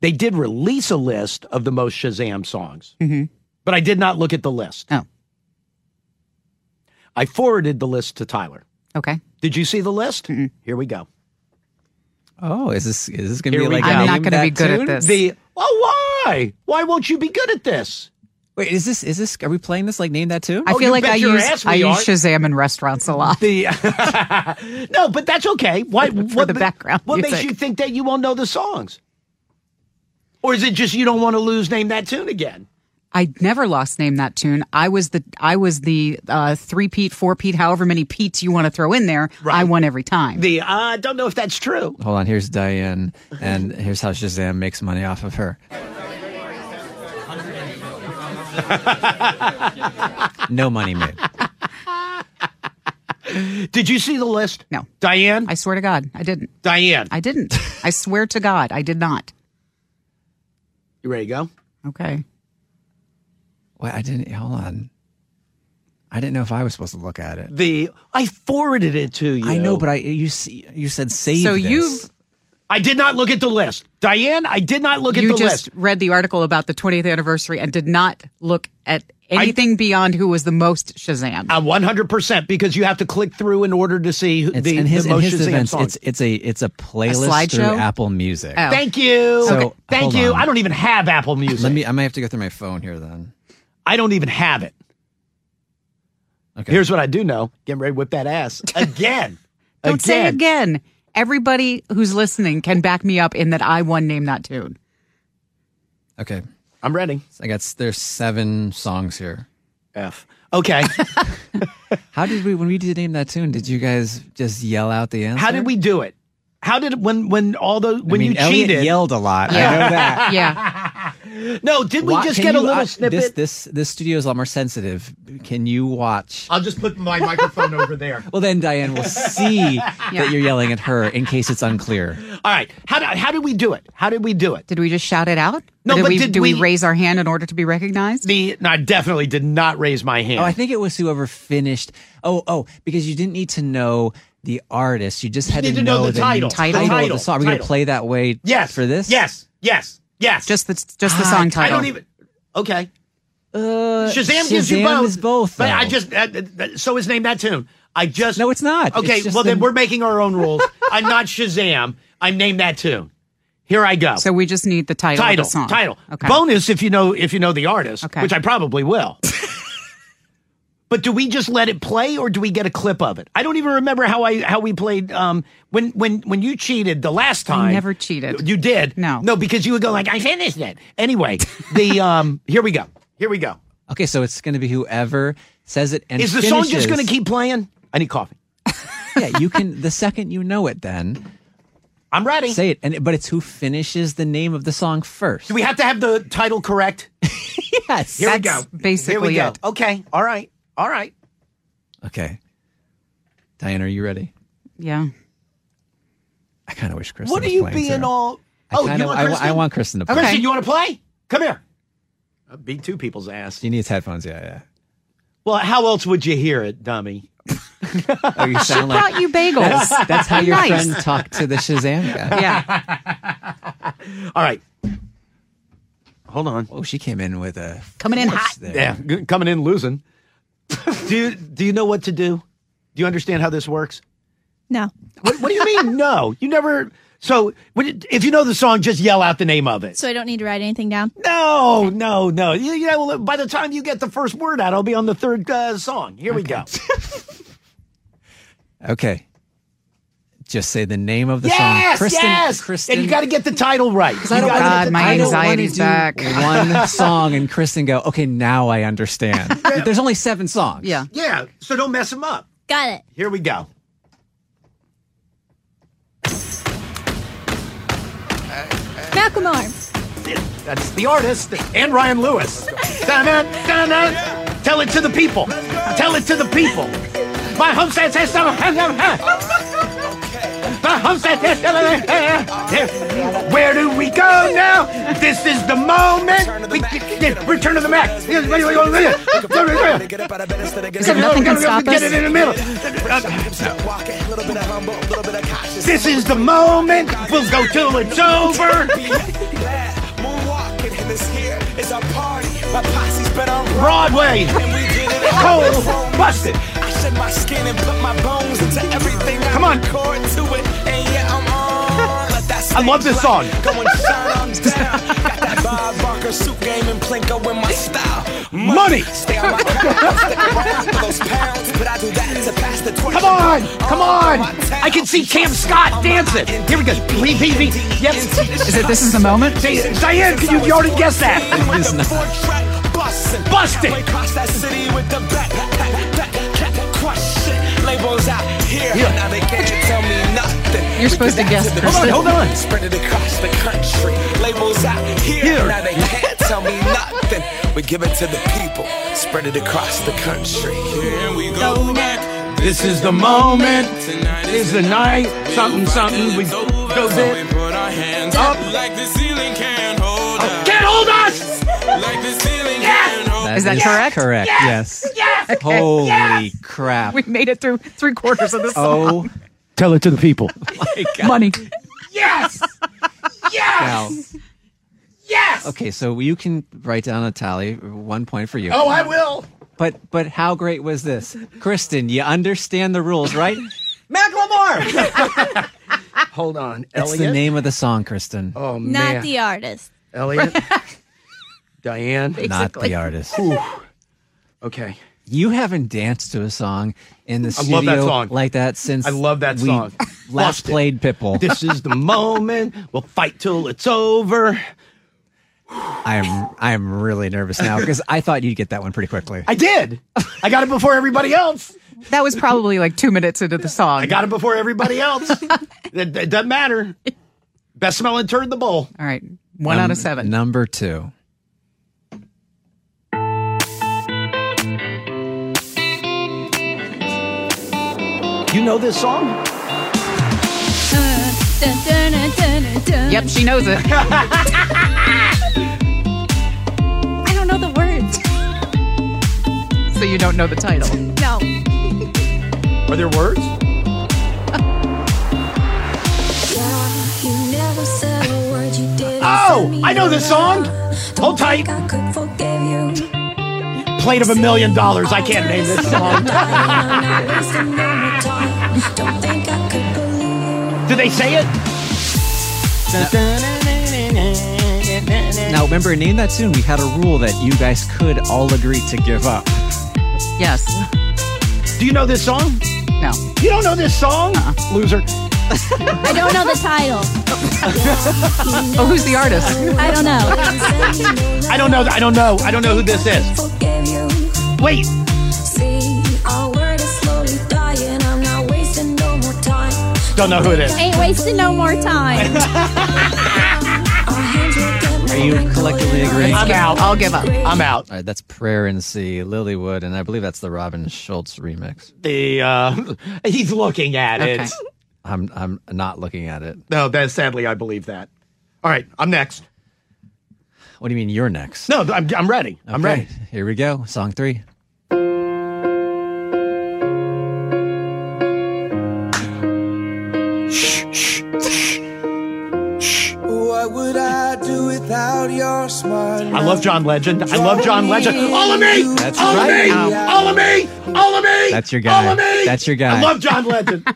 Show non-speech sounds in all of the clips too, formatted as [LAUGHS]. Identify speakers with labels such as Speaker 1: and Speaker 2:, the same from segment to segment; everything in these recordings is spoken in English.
Speaker 1: They did release a list of the most Shazam songs, but I did not look at the list.
Speaker 2: Mm-hmm. Oh.
Speaker 1: I forwarded the list to Tyler.
Speaker 2: Okay.
Speaker 1: Did you see the list?
Speaker 2: Mm-hmm.
Speaker 1: Here we go.
Speaker 3: Oh, is this is this gonna
Speaker 1: Here
Speaker 3: be
Speaker 1: we
Speaker 3: like?
Speaker 1: go.
Speaker 3: a
Speaker 1: I'm
Speaker 2: not
Speaker 3: name
Speaker 2: gonna be
Speaker 3: that
Speaker 2: good at
Speaker 3: tune?
Speaker 2: this.
Speaker 1: The oh, why? Why won't you be good at this?
Speaker 3: Wait, is this is this? Are we playing this like name that tune?
Speaker 2: I
Speaker 1: Oh,
Speaker 2: feel
Speaker 1: you
Speaker 2: like
Speaker 1: bet
Speaker 2: I
Speaker 1: your
Speaker 2: use
Speaker 1: ass
Speaker 2: I
Speaker 1: we
Speaker 2: use
Speaker 1: are.
Speaker 2: Shazam in restaurants a lot. [LAUGHS]
Speaker 1: The [LAUGHS] no, but that's okay. Why? what
Speaker 2: the
Speaker 1: ma-
Speaker 2: background
Speaker 1: What makes
Speaker 2: music.
Speaker 1: you think that you won't know the songs? Or is it just you don't want to lose name that tune again?
Speaker 2: I never lost name that tune. I was the I was the uh, three peat, four peat, however many peats you want to throw in there. I won every time.
Speaker 1: The uh, I don't know if that's true.
Speaker 3: Hold on, here's Diane, and here's how Shazam makes money off of her. [LAUGHS] no money made.
Speaker 1: Did you see the list?
Speaker 2: No.
Speaker 1: Diane.
Speaker 2: I swear to God, I didn't.
Speaker 1: Diane. [LAUGHS]
Speaker 2: I didn't. I swear to God, I did not.
Speaker 1: you ready to go?
Speaker 2: Okay.
Speaker 3: Wait, I didn't. Hold on. I didn't know if I was supposed to look at it.
Speaker 1: The I forwarded it to you.
Speaker 3: I know, but I you see, you said save.
Speaker 2: So
Speaker 3: this.
Speaker 2: you've-
Speaker 1: I did not look at the list. Diane, I did not look at
Speaker 2: you
Speaker 1: the
Speaker 2: just
Speaker 1: list.
Speaker 2: read the article about the 20th anniversary and did not look at anything beyond who was the most Shazam.
Speaker 1: Uh, 100% because you have to click through in order to see who,
Speaker 3: It's,
Speaker 1: the,
Speaker 3: in his,
Speaker 1: the
Speaker 3: in
Speaker 1: most
Speaker 3: his
Speaker 1: Shazam
Speaker 3: defense,
Speaker 1: songs.
Speaker 3: it's it's a it's a playlist through
Speaker 2: slideshow?
Speaker 3: Apple Music.
Speaker 2: Oh.
Speaker 1: Thank you.
Speaker 3: So, Okay.
Speaker 1: Thank
Speaker 3: hold
Speaker 1: you.
Speaker 3: on.
Speaker 1: I don't even have Apple Music.
Speaker 3: Let me. I might have to go through my phone here then.
Speaker 1: I don't even have it.
Speaker 3: Okay.
Speaker 1: Here's what I do know. Getting ready to whip that
Speaker 3: [LAUGHS]
Speaker 1: ass again.
Speaker 2: Don't say again. Everybody who's listening can back me up in that I won Name
Speaker 1: [LAUGHS]
Speaker 2: That Tune.
Speaker 3: okay.
Speaker 1: I'm ready.
Speaker 3: So I got s- there's seven songs here.
Speaker 1: F. Okay.
Speaker 3: How did we when we did name that tune? Did you guys just yell out the answer?
Speaker 1: How did we do it? How did when when all those
Speaker 3: I
Speaker 1: when
Speaker 3: mean,
Speaker 1: you
Speaker 3: Elliot
Speaker 1: cheated?
Speaker 3: yelled a lot. I know that.
Speaker 2: Yeah.
Speaker 1: no, did we
Speaker 3: Why-
Speaker 1: just
Speaker 3: can
Speaker 1: get a
Speaker 3: you,
Speaker 1: little
Speaker 3: uh,
Speaker 1: snippet?
Speaker 3: This this this studio is a lot more sensitive. Can you watch?
Speaker 1: I'll just put my microphone over there.
Speaker 3: Well, then Diane will see that you're yelling at her in case it's unclear.
Speaker 1: [LAUGHS] All right. How did how did we do it? How did we do it?
Speaker 2: Did we just shout it out?
Speaker 1: No,
Speaker 2: Or did
Speaker 1: but
Speaker 2: we,
Speaker 1: did
Speaker 2: do
Speaker 1: we-
Speaker 2: raise our hand in order to be recognized?
Speaker 1: The no, I definitely did not raise my hand.
Speaker 3: Oh, I think it was whoever finished. Oh, oh, because you didn't need to know the artist. You just had
Speaker 1: need
Speaker 3: to,
Speaker 1: to know the title.
Speaker 3: The
Speaker 2: Title.
Speaker 3: title, of
Speaker 1: Title.
Speaker 3: the song. Are we going to
Speaker 1: Title.
Speaker 3: play that way
Speaker 1: yes
Speaker 3: for this?
Speaker 1: Yes. Yes. Yes.
Speaker 2: Just the just the song
Speaker 1: Ah, I
Speaker 2: title.
Speaker 1: don't even. Okay.
Speaker 3: Uh,
Speaker 1: Shazam, gives you
Speaker 3: Shazam
Speaker 1: both.
Speaker 3: is both.
Speaker 1: But I
Speaker 3: though.
Speaker 1: just uh, uh, so is name that tune. I just
Speaker 3: No, it's not.
Speaker 1: Okay,
Speaker 3: It's just
Speaker 1: well then
Speaker 3: the-
Speaker 1: we're making our own rules. I'm not Shazam. I'm name that tune. Here I
Speaker 3: [LAUGHS]
Speaker 1: go.
Speaker 2: So we just need the title,
Speaker 1: title,
Speaker 2: of the song.
Speaker 1: title.
Speaker 2: Okay.
Speaker 1: Bonus if you know if you know the artist,
Speaker 2: Okay.
Speaker 1: which I probably
Speaker 2: [LAUGHS]
Speaker 1: will. but do we just let it play or do we get a clip of it? I don't even remember how I how we played um when when when you cheated the last time.
Speaker 2: never cheated.
Speaker 1: You did.
Speaker 2: No.
Speaker 1: No, because you would go like I finished it. Anyway,
Speaker 2: [LAUGHS]
Speaker 1: the um here we go. Here we go.
Speaker 3: okay, so it's going to be whoever says it and
Speaker 1: Is the song
Speaker 3: finishes-
Speaker 1: just going to keep playing? I need coffee.
Speaker 3: yeah, you can. The second you know it, then
Speaker 1: I'm ready.
Speaker 3: say it. And but it's who finishes the name of the song first.
Speaker 1: Do we have to have the title correct?
Speaker 3: yes.
Speaker 1: Here
Speaker 2: That's
Speaker 1: we go. Here
Speaker 2: basically
Speaker 1: we go.
Speaker 2: it.
Speaker 1: Okay. All right. All right.
Speaker 3: Okay. Diane, are you ready?
Speaker 2: Yeah.
Speaker 3: I kind of wish Kristen.
Speaker 1: What are
Speaker 3: was
Speaker 1: you
Speaker 3: playing
Speaker 1: being
Speaker 3: too.
Speaker 1: all?
Speaker 3: I
Speaker 1: oh,
Speaker 3: kinda-
Speaker 1: you want
Speaker 3: I wa- I
Speaker 1: Kristen?
Speaker 3: want Kristen to play.
Speaker 1: Kristen,
Speaker 2: Okay.
Speaker 1: you want to play? Come here. I beat two people's ass.
Speaker 3: She needs headphones. Yeah, yeah.
Speaker 1: [LAUGHS] Well, how else would you hear it, dummy?
Speaker 3: Oh, you sound like
Speaker 2: Brought you bagels.
Speaker 3: That's how your
Speaker 2: Nice.
Speaker 3: friend talked to the
Speaker 1: [LAUGHS]
Speaker 3: Shazam
Speaker 2: [LAUGHS]
Speaker 3: guy.
Speaker 2: yeah.
Speaker 1: All right. Hold on.
Speaker 3: Oh, she came in with a
Speaker 2: Coming in
Speaker 3: force
Speaker 2: hot.
Speaker 3: there.
Speaker 1: Yeah, g- coming in losing. [LAUGHS] do you do you know what to do? Do you understand how this works?
Speaker 4: No.
Speaker 1: What, what do you mean? no, you never. So when you- if you know the song, just yell out the name of it.
Speaker 4: So I don't need to write anything down.
Speaker 1: No, no, no. You, you know, by the time you get the first word out, I'll be on the third uh, song. Here we go.
Speaker 3: Okay. Just say the name of the
Speaker 1: yes,
Speaker 3: song. Kristen,
Speaker 1: yes.
Speaker 3: Kristen.
Speaker 1: and you got to get the title right. You
Speaker 3: I
Speaker 1: gotta
Speaker 3: don't wanna-
Speaker 1: get
Speaker 2: God,
Speaker 1: the
Speaker 2: my
Speaker 3: I don't wanna
Speaker 2: anxiety's
Speaker 3: do
Speaker 2: back. [LAUGHS]
Speaker 3: One song and Kristen go, okay, now I [LAUGHS] understand. There's only seven songs.
Speaker 2: Yeah.
Speaker 1: Yeah, so don't mess them up.
Speaker 4: Got it.
Speaker 1: Here we go.
Speaker 4: Malcolm Arm.
Speaker 5: That's the artist and Ryan Lewis.
Speaker 1: Dun-dun, dun-dun. Tell it to the people. Tell it to the people. My homestead says so. My homestead says so. Where do we go now? This is the moment. We, return to the Mac.
Speaker 5: Is
Speaker 2: there nothing can stop
Speaker 1: Get
Speaker 2: us?
Speaker 1: it in the middle. This
Speaker 5: This
Speaker 1: is the moment. We'll go till it's over.
Speaker 5: [LAUGHS] Moonwalking, this here is our party. My posse's been on
Speaker 1: Broadway.
Speaker 5: and we did it
Speaker 1: Cold.
Speaker 5: all.
Speaker 1: Busted.
Speaker 5: I shed my skin and put my bones into everything. I
Speaker 1: Come on.
Speaker 5: record to it, and yeah, I'm on. Let that
Speaker 1: I love this
Speaker 5: stage
Speaker 1: song.
Speaker 5: light Go and shine on down. Got that Bob Barker suit game and Plinko in my style.
Speaker 1: Money.
Speaker 5: Stay on my
Speaker 1: [LAUGHS]
Speaker 5: ground, stick around for those pounds, but I do that to pass the torch.
Speaker 1: Come on! Come on! I can see Cam Scott dancing. Here we go. Lee, Lee, Lee. Yep.
Speaker 2: Is it This Is the Moment?
Speaker 1: Di- Diane, could you, you already guess that.
Speaker 2: [LAUGHS]
Speaker 1: Busted.
Speaker 2: You're supposed to guess,
Speaker 1: Hold on,
Speaker 2: Kristen.
Speaker 1: hold on.
Speaker 5: Spread it across the country. Labels out here.
Speaker 1: Here.
Speaker 5: Now they
Speaker 3: [LAUGHS]
Speaker 5: can't tell me nothing. We give it to the people. Spread it across the country. Here we go now.
Speaker 1: This is the moment. This is the night. Something, something. We go there.
Speaker 5: put our hands
Speaker 1: Up.
Speaker 5: like the ceiling can't hold
Speaker 1: Can't hold us!
Speaker 5: Like the ceiling can't hold
Speaker 2: Is that correct?
Speaker 3: Correct. Yes. Holy crap.
Speaker 2: We made it through three quarters of the song.
Speaker 3: oh,
Speaker 1: Tell it to the
Speaker 3: [LAUGHS]
Speaker 1: people.
Speaker 2: Money.
Speaker 1: Yes!
Speaker 3: cow.
Speaker 1: Yes!
Speaker 3: Okay, so you can write down a tally, one point for you.
Speaker 1: Oh, I will.
Speaker 3: But but how great was this, Kristen? You understand the rules, right?
Speaker 1: Macklemore! hold on.
Speaker 3: That's
Speaker 1: Elliot.
Speaker 3: the name of the song, Kristen.
Speaker 1: Oh,
Speaker 4: Not
Speaker 1: man.
Speaker 4: the artist. [LAUGHS]
Speaker 1: Elliot. Diane.
Speaker 3: not the
Speaker 2: basically.
Speaker 3: artist.
Speaker 1: Okay.
Speaker 3: You haven't danced to a song in the studio
Speaker 1: love that song.
Speaker 3: like that since
Speaker 1: I love that
Speaker 3: we
Speaker 1: song.
Speaker 3: Last
Speaker 1: Lost it.
Speaker 3: played Pitbull. [LAUGHS]
Speaker 1: This is the moment. We'll fight till it's over.
Speaker 3: I am I am really nervous now because I thought you'd get that one pretty quickly.
Speaker 1: I did. I got it before everybody else.
Speaker 2: [LAUGHS] That was probably like two minutes into the song.
Speaker 1: I got it before everybody [LAUGHS] else. it, it doesn't matter. Best smelling turd in the bowl.
Speaker 2: All right. One
Speaker 1: Um,
Speaker 2: out of seven.
Speaker 3: Number two.
Speaker 1: You know this song?
Speaker 4: Dun, dun, dun, dun, dun.
Speaker 2: Yep, she
Speaker 1: [LAUGHS]
Speaker 2: knows it.
Speaker 4: I don't know the words.
Speaker 2: so you don't know the title.
Speaker 4: No.
Speaker 1: Are there words?
Speaker 6: Oh, I know this song. Hold tight.
Speaker 1: Plate of a million dollars. I can't name this song. Do they say it?
Speaker 3: Now remember, name that soon. We had a rule that you guys could all agree to give up.
Speaker 2: Yes.
Speaker 1: Do you know this song?
Speaker 2: No.
Speaker 1: You don't know this song? Loser.
Speaker 4: I don't know the title.
Speaker 2: Oh, who's the artist?
Speaker 4: I don't know.
Speaker 1: I don't know. I don't know. I don't know who this is. Wait. Don't know who it is.
Speaker 4: Ain't wasting no more [LAUGHS] time.
Speaker 3: Are you collectively agreeing?
Speaker 1: I'm out.
Speaker 2: I'll give up.
Speaker 1: I'm out.
Speaker 3: All right, that's Prayer and Sea, Lilywood, and I believe that's the Robin Schultz remix.
Speaker 1: The uh, [LAUGHS] he's looking at
Speaker 2: Okay.
Speaker 1: it.
Speaker 3: I'm I'm not looking at it.
Speaker 1: No, that sadly I believe that. All right, I'm next.
Speaker 3: What do you mean you're next?
Speaker 1: No, I'm I'm ready. I'm
Speaker 3: Okay,
Speaker 1: ready.
Speaker 3: Here we go. Song three.
Speaker 5: What would I do without your smile?
Speaker 1: I love John Legend. I love John Legend. All of me.
Speaker 3: That's
Speaker 1: all
Speaker 3: right.
Speaker 1: Of me! All of me. All of me.
Speaker 3: That's your
Speaker 1: All
Speaker 3: guy.
Speaker 1: of me.
Speaker 3: That's your guy.
Speaker 1: I love John
Speaker 3: [LAUGHS]
Speaker 1: Legend.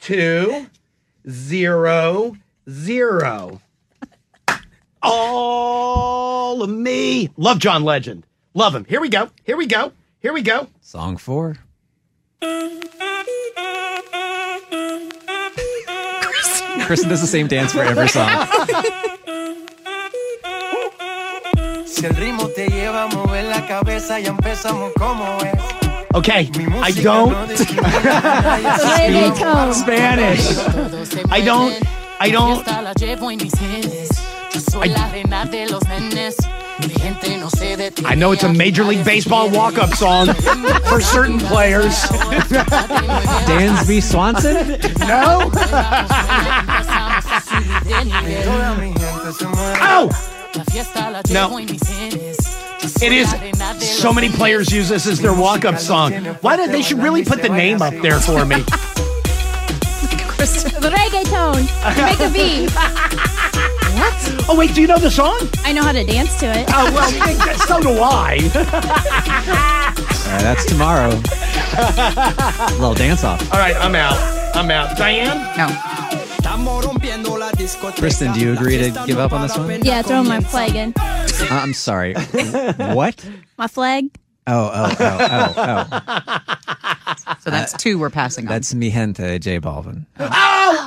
Speaker 1: Two, zero, zero. All of me. Love John Legend. Love him. Here we go. Here we go. Here we go.
Speaker 3: Song four. Kristen does the same dance for
Speaker 2: [LAUGHS]
Speaker 3: every song.
Speaker 7: Si el ritmo te lleva a mover la cabeza, ya empezamos como es.
Speaker 1: Okay. I [LAUGHS] don't
Speaker 4: The way they go.
Speaker 1: Spanish. I don't. I don't.
Speaker 8: Esta la llevo en mis genes. Yo soy
Speaker 1: I-
Speaker 8: la arena de los nenes. Mi gente no se detiene.
Speaker 1: I know it's a Major League Baseball walk-up song for certain players.
Speaker 2: [LAUGHS]
Speaker 3: Dansby Swanson?
Speaker 1: No.
Speaker 7: Toda mi gente se mueve.
Speaker 1: Oh,
Speaker 8: La fiesta la
Speaker 1: No.
Speaker 8: llevo en mis genes. Yo soy
Speaker 1: it is.
Speaker 8: la arena de
Speaker 1: So
Speaker 8: los
Speaker 1: many players use this as their walk-up song. Why did they should really put the name up there for me?
Speaker 4: Reggaeton. Make a beat.
Speaker 1: Oh wait, do you know the song?
Speaker 4: I know how to dance to it.
Speaker 1: Oh well, [LAUGHS] so do I.
Speaker 3: All right, that's tomorrow. little dance off. Uh,
Speaker 1: All right, I'm out. I'm out. Diane.
Speaker 2: No.
Speaker 3: Kristen, do you agree to give up on this one?
Speaker 4: Yeah, throw my flag in.
Speaker 3: Uh, I'm sorry. what?
Speaker 4: My flag.
Speaker 3: Oh, oh, oh, oh, oh.
Speaker 1: Uh,
Speaker 2: So that's two we're passing on.
Speaker 3: That's mi gente, J Balvin.
Speaker 1: Oh,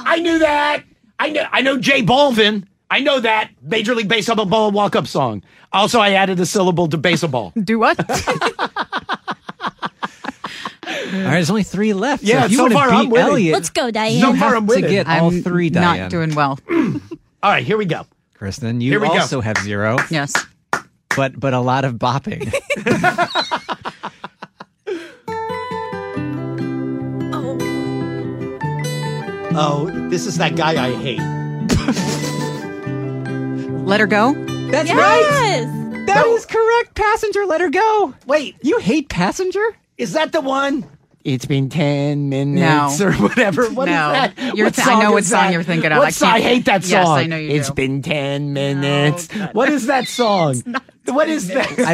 Speaker 1: I knew that. I know. I know Jay Balvin. I know that Major League Baseball ball walk-up song. Also, I added a syllable to baseball.
Speaker 2: Do
Speaker 1: [LAUGHS]
Speaker 2: what?
Speaker 3: All right, there's only three left.
Speaker 1: Yeah,
Speaker 3: so if you
Speaker 1: so
Speaker 3: want to
Speaker 1: far I'm
Speaker 3: beat
Speaker 1: winning.
Speaker 3: Elliot,
Speaker 4: Let's go, Diane.
Speaker 1: So
Speaker 3: you
Speaker 1: far
Speaker 3: have
Speaker 1: I'm
Speaker 3: to
Speaker 1: winning.
Speaker 3: get all three,
Speaker 2: not
Speaker 3: Diane.
Speaker 2: doing well.
Speaker 1: All right, here we go.
Speaker 3: Kristen, you
Speaker 1: Here we go.
Speaker 3: also have zero,
Speaker 2: Yes.
Speaker 3: but but a lot of bopping.
Speaker 1: Oh, this is that guy I hate.
Speaker 2: Let her go.
Speaker 3: That's
Speaker 4: Yes.
Speaker 3: That is correct. Passenger, let her go.
Speaker 1: Wait,
Speaker 3: You hate passenger?
Speaker 1: is that the one? It's been ten minutes
Speaker 2: No.
Speaker 1: or
Speaker 2: [LAUGHS]
Speaker 1: whatever. What is
Speaker 2: No.
Speaker 1: that?
Speaker 2: You're
Speaker 1: What
Speaker 2: th- I know
Speaker 1: song
Speaker 2: what
Speaker 1: is
Speaker 2: song
Speaker 1: that?
Speaker 2: you're thinking of.
Speaker 1: What
Speaker 2: I
Speaker 1: song-
Speaker 2: can't-
Speaker 1: hate that
Speaker 2: Yes,
Speaker 1: song.
Speaker 2: I know you
Speaker 1: It's
Speaker 2: do.
Speaker 1: been ten minutes. what is
Speaker 2: [LAUGHS]
Speaker 1: that song? What is that? I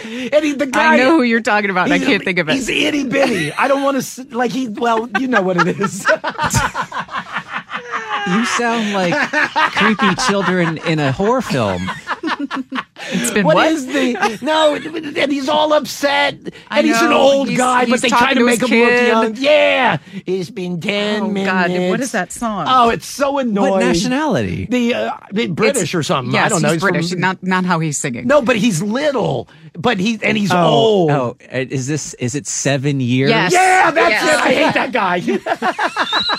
Speaker 1: [LAUGHS] don't. and he, the guy.
Speaker 2: I know who you're talking about. and I can't think of
Speaker 1: He's
Speaker 2: it.
Speaker 1: itty bitty. I don't want to like he. Well, you know what it
Speaker 2: [LAUGHS]
Speaker 1: is.
Speaker 3: You sound like creepy children in a horror film.
Speaker 2: It's been
Speaker 1: what
Speaker 2: what?
Speaker 1: is the no? And he's all upset. And
Speaker 2: I
Speaker 1: he's an
Speaker 2: know.
Speaker 1: old
Speaker 2: He's-
Speaker 1: guy, but
Speaker 2: he's
Speaker 1: they try
Speaker 2: talking
Speaker 1: to
Speaker 2: to
Speaker 1: make
Speaker 2: his
Speaker 1: him
Speaker 2: kid.
Speaker 1: look young. Yeah, it's been ten
Speaker 2: Oh,
Speaker 1: minutes.
Speaker 2: God. What is that song?
Speaker 1: Oh, it's so annoying.
Speaker 3: What nationality?
Speaker 1: The, uh, the British
Speaker 2: It's-
Speaker 1: or something.
Speaker 2: Yes,
Speaker 1: I don't know.
Speaker 2: He's,
Speaker 1: from-
Speaker 2: British. Not not how he's singing.
Speaker 1: no, but he's little. But he and he's
Speaker 3: Oh,
Speaker 1: old.
Speaker 3: oh, is this is it seven years?
Speaker 2: Yes.
Speaker 1: Yeah, that's
Speaker 2: Yes.
Speaker 1: it. I hate that guy.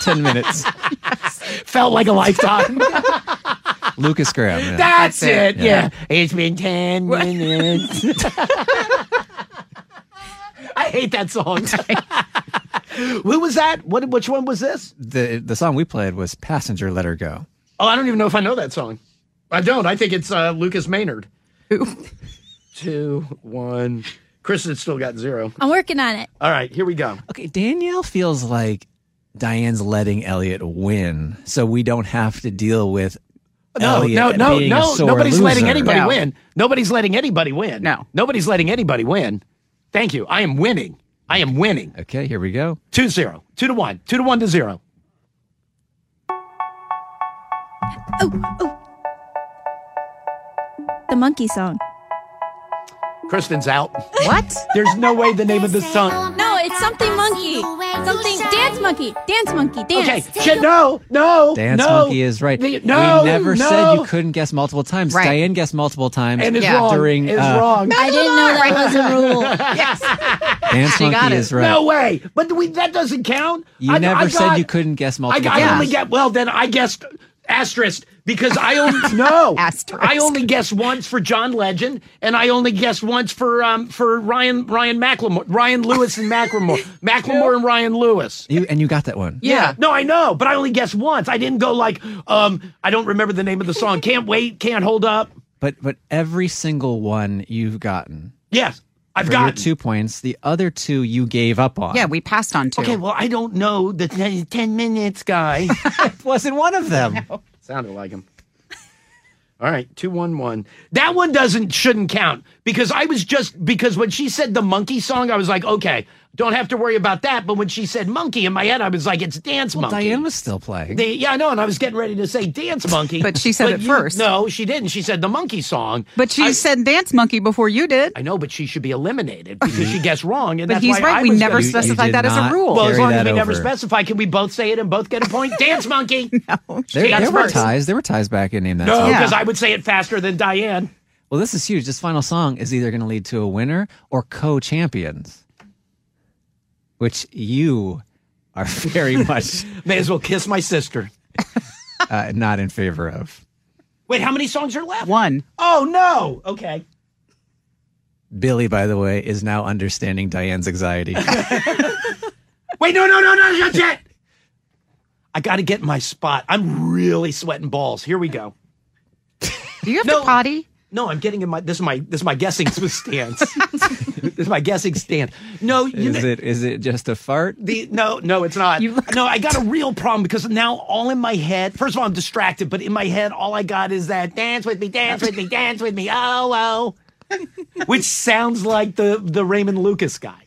Speaker 1: [LAUGHS]
Speaker 3: Ten minutes.
Speaker 1: Felt like a lifetime.
Speaker 2: [LAUGHS]
Speaker 3: Lucas Graham. [LAUGHS] yeah.
Speaker 1: That's, it.
Speaker 2: That's it.
Speaker 1: Yeah. It's been 10 minutes. [LAUGHS] I hate that song. [LAUGHS] Who was that? What? Which one was this?
Speaker 3: the the song we played was Passenger Let Her Go.
Speaker 1: Oh, I don't even know if I know that song. I don't. I think it's uh, Lucas Maynard. Two, one. Chris has still got zero.
Speaker 4: I'm working on it.
Speaker 1: All right, here we go.
Speaker 3: Okay, Danielle feels like Diane's letting Elliot win, so we don't have to deal with
Speaker 1: No,
Speaker 3: Elliot
Speaker 1: no, no,
Speaker 3: being a
Speaker 1: no.
Speaker 3: sore
Speaker 1: Nobody's letting
Speaker 3: loser.
Speaker 1: anybody
Speaker 2: No.
Speaker 1: win. Nobody's letting anybody win.
Speaker 2: No.
Speaker 1: Nobody's letting anybody win. Thank you. I am winning. I am winning.
Speaker 3: Okay, here we go.
Speaker 1: Two zero. Two to one. Two to one to zero.
Speaker 4: The monkey song.
Speaker 1: Kristen's out.
Speaker 2: What?
Speaker 1: There's no way the name of this song.
Speaker 4: No, it's something monkey. Something dance monkey. Dance monkey.
Speaker 1: Okay,
Speaker 4: Dance.
Speaker 1: shit, no, no,
Speaker 3: Dance
Speaker 1: no.
Speaker 3: Monkey is right.
Speaker 1: The- no,
Speaker 3: we never
Speaker 1: no.
Speaker 3: said you couldn't guess multiple times.
Speaker 2: Right.
Speaker 3: Diane guessed multiple times.
Speaker 1: And it's
Speaker 2: Yeah.
Speaker 1: wrong.
Speaker 3: During,
Speaker 1: it's
Speaker 3: uh,
Speaker 1: wrong.
Speaker 4: I didn't know that was a rule.
Speaker 2: [LAUGHS]
Speaker 3: Dance
Speaker 2: She
Speaker 3: Monkey
Speaker 2: got it.
Speaker 3: is right.
Speaker 1: No way. But we, that doesn't count.
Speaker 3: You
Speaker 1: I,
Speaker 3: never
Speaker 1: I
Speaker 3: said
Speaker 1: got-
Speaker 3: you couldn't guess
Speaker 1: I,
Speaker 3: multiple
Speaker 1: I
Speaker 3: times.
Speaker 1: only get well. Then I guessed asterisk because
Speaker 4: [LAUGHS]
Speaker 1: I only no.
Speaker 2: Asterisk.
Speaker 1: I only guessed once for John Legend, and I only guessed once for um for Ryan Ryan Macklemore, Ryan Lewis and Macklemore,
Speaker 4: [LAUGHS]
Speaker 1: Macklemore and Ryan Lewis.
Speaker 3: You, and you got that one.
Speaker 2: Yeah.
Speaker 1: No, I know, but I only guessed once. I didn't go like um. I don't remember the name of the song. Can't wait. Can't hold up.
Speaker 3: But but every single one you've gotten.
Speaker 1: Yes, I've
Speaker 3: For your
Speaker 1: got
Speaker 3: two points. The other two you gave up on.
Speaker 2: Yeah, we passed on two.
Speaker 1: Okay, well, I don't know the ten, 10 minutes guy.
Speaker 3: wasn't one
Speaker 2: [LAUGHS]
Speaker 3: of them.
Speaker 1: [LAUGHS] Sounded like him. All right, two one one. That one doesn't shouldn't count because I was just because when she said the monkey song, I was like, okay, don't have to worry about that. But when she said monkey in my head, I was like, it's dance
Speaker 3: Well,
Speaker 1: monkey.
Speaker 3: Diane was still playing.
Speaker 1: They- yeah, I know, and I was getting ready to say dance monkey,
Speaker 2: [LAUGHS] But she said it
Speaker 1: you-
Speaker 2: first.
Speaker 1: No, she didn't. She said the monkey song.
Speaker 2: But she
Speaker 1: I-
Speaker 2: said dance monkey before you did.
Speaker 1: I know, but she should be eliminated because
Speaker 3: [LAUGHS]
Speaker 1: she guessed wrong. And
Speaker 2: But
Speaker 1: that's
Speaker 2: he's
Speaker 1: why
Speaker 2: right.
Speaker 1: I
Speaker 2: we
Speaker 1: was
Speaker 2: never
Speaker 1: gonna-
Speaker 3: You- you
Speaker 2: specified
Speaker 3: did
Speaker 2: that as a
Speaker 3: not
Speaker 2: rule.
Speaker 1: Well, as
Speaker 3: Carry
Speaker 1: long as
Speaker 3: that
Speaker 1: we never
Speaker 3: over.
Speaker 1: specify, can we both say it and both get a
Speaker 3: [LAUGHS]
Speaker 1: point? Dance monkey. No,
Speaker 3: There,
Speaker 1: That's
Speaker 3: there were
Speaker 1: first.
Speaker 3: ties. There were ties back in name that song.
Speaker 2: Yeah.
Speaker 1: because I would say it faster than Diane.
Speaker 3: Well, this is huge. This final song is either going to lead to a winner or co-champions, which you are [LAUGHS] very much.
Speaker 1: May as well kiss my sister.
Speaker 3: uh, not in favor of.
Speaker 1: Wait, how many songs are left?
Speaker 2: One.
Speaker 1: Oh no. Okay.
Speaker 3: Billy, by the way, is now understanding Diane's
Speaker 2: [LAUGHS]
Speaker 3: anxiety.
Speaker 1: Wait, no, no, no, no, not yet. I got to get in my spot. I'm really sweating balls. Here we go.
Speaker 2: Do you have to potty?
Speaker 1: No, I'm getting in my. This is my. This is my guessing [LAUGHS] stance. this is my guessing stance. No, you
Speaker 3: is it is it just a fart? [LAUGHS]
Speaker 1: The, no, no, it's not. no, I got a real problem because now all in my head. First of all, I'm distracted, but in my head, all I got is that dance with me, dance with me, dance with me. Oh, oh, [LAUGHS] which sounds like the the Raymond Lucas guy.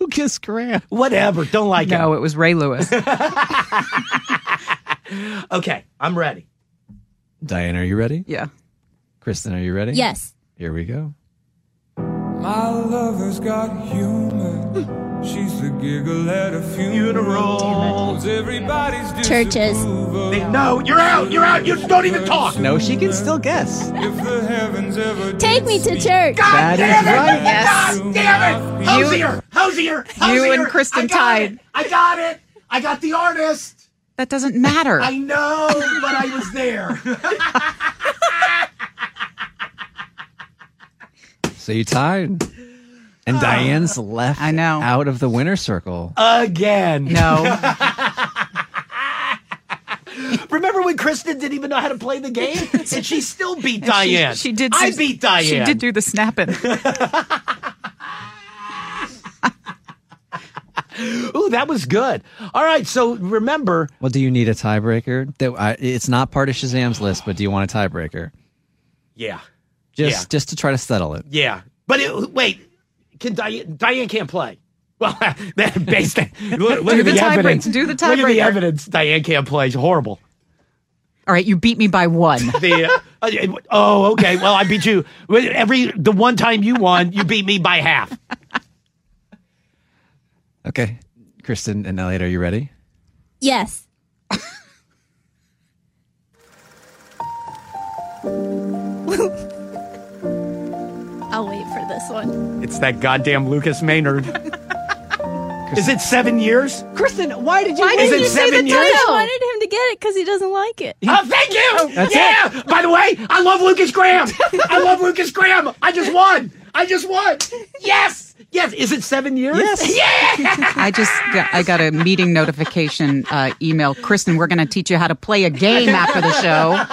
Speaker 3: Lucas Graham.
Speaker 1: Whatever. Don't like it.
Speaker 2: No, it was
Speaker 1: [LAUGHS]
Speaker 2: Ray Lewis.
Speaker 1: Okay, I'm ready.
Speaker 3: Diane, are you ready?
Speaker 2: yeah.
Speaker 3: Kristen, are you ready?
Speaker 1: [LAUGHS]
Speaker 4: Yes.
Speaker 3: Here we go.
Speaker 9: My lover's got humor. She's the giggle at a funeral. Everybody's
Speaker 4: Churches.
Speaker 1: They- no, you're out. You're out. You don't even talk.
Speaker 3: No, she can still guess.
Speaker 9: If the heavens ever
Speaker 4: Take me to church.
Speaker 1: [LAUGHS]
Speaker 3: That is right.
Speaker 2: Yes.
Speaker 1: God damn it! Hosier, Hosier, Hosier.
Speaker 2: You and Kristen
Speaker 1: I got
Speaker 2: tied.
Speaker 1: it. I got it. I got the artist.
Speaker 2: That doesn't matter.
Speaker 1: I know, but I was there.
Speaker 3: So you tied. And Diane's left
Speaker 2: I know.
Speaker 3: out of the winner circle.
Speaker 1: Again.
Speaker 2: no.
Speaker 1: Remember when Kristen didn't even know how to play the
Speaker 2: [LAUGHS]
Speaker 1: game, and she still beat Diane.
Speaker 2: She, she did.
Speaker 1: [LAUGHS] I
Speaker 2: she-
Speaker 1: beat Diane.
Speaker 2: She did do
Speaker 1: [LAUGHS]
Speaker 2: the snapping.
Speaker 1: Ooh, that was good. All right. So remember,
Speaker 3: Well, do you need a tiebreaker? That I, it's not part of Shazam's list, but do you want a tiebreaker?
Speaker 1: yeah,
Speaker 3: Just
Speaker 1: Yeah.
Speaker 3: just to try to settle it.
Speaker 1: yeah. But it, wait, can Diane? Diane can't play. [LAUGHS] Well, that based
Speaker 2: [LAUGHS]
Speaker 1: on, look, look
Speaker 2: Do
Speaker 1: at
Speaker 2: the
Speaker 1: the,
Speaker 2: tiebreak-
Speaker 1: evidence.
Speaker 2: do the
Speaker 1: Look at the
Speaker 2: tiebreaker.
Speaker 1: evidence. Diane can't play. It's horrible.
Speaker 2: All right, you beat me by one.
Speaker 1: the uh, [LAUGHS] uh, oh okay well i beat you every the one time you won you beat me by half
Speaker 3: Okay. Kristen and Elliot, are you ready?
Speaker 4: Yes. [LAUGHS] I'll wait for this one.
Speaker 1: it's that goddamn lucas maynard is it seven years
Speaker 3: Kristen, why did you
Speaker 1: Is it seven years
Speaker 4: I wanted him to get it because he doesn't like it.
Speaker 1: oh thank you yeah by the way i love lucas graham i love lucas graham i just won i just won yes yes is it seven years
Speaker 3: Yes.
Speaker 1: yeah
Speaker 2: I just got, I got a meeting notification uh, email. Kristen, we're going to teach you how to play a game after the show.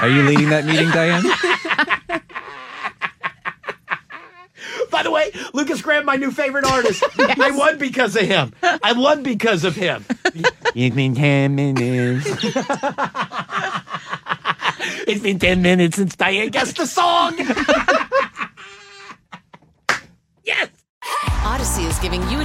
Speaker 3: Are you leading that meeting, Diane?
Speaker 1: by the way lucas graham my new favorite artist i won because of him i won because of him
Speaker 7: It's been 10
Speaker 1: [LAUGHS]
Speaker 7: minutes.
Speaker 1: It's been 10 minutes since Diane guessed the song. yes.
Speaker 10: Odyssey is giving you a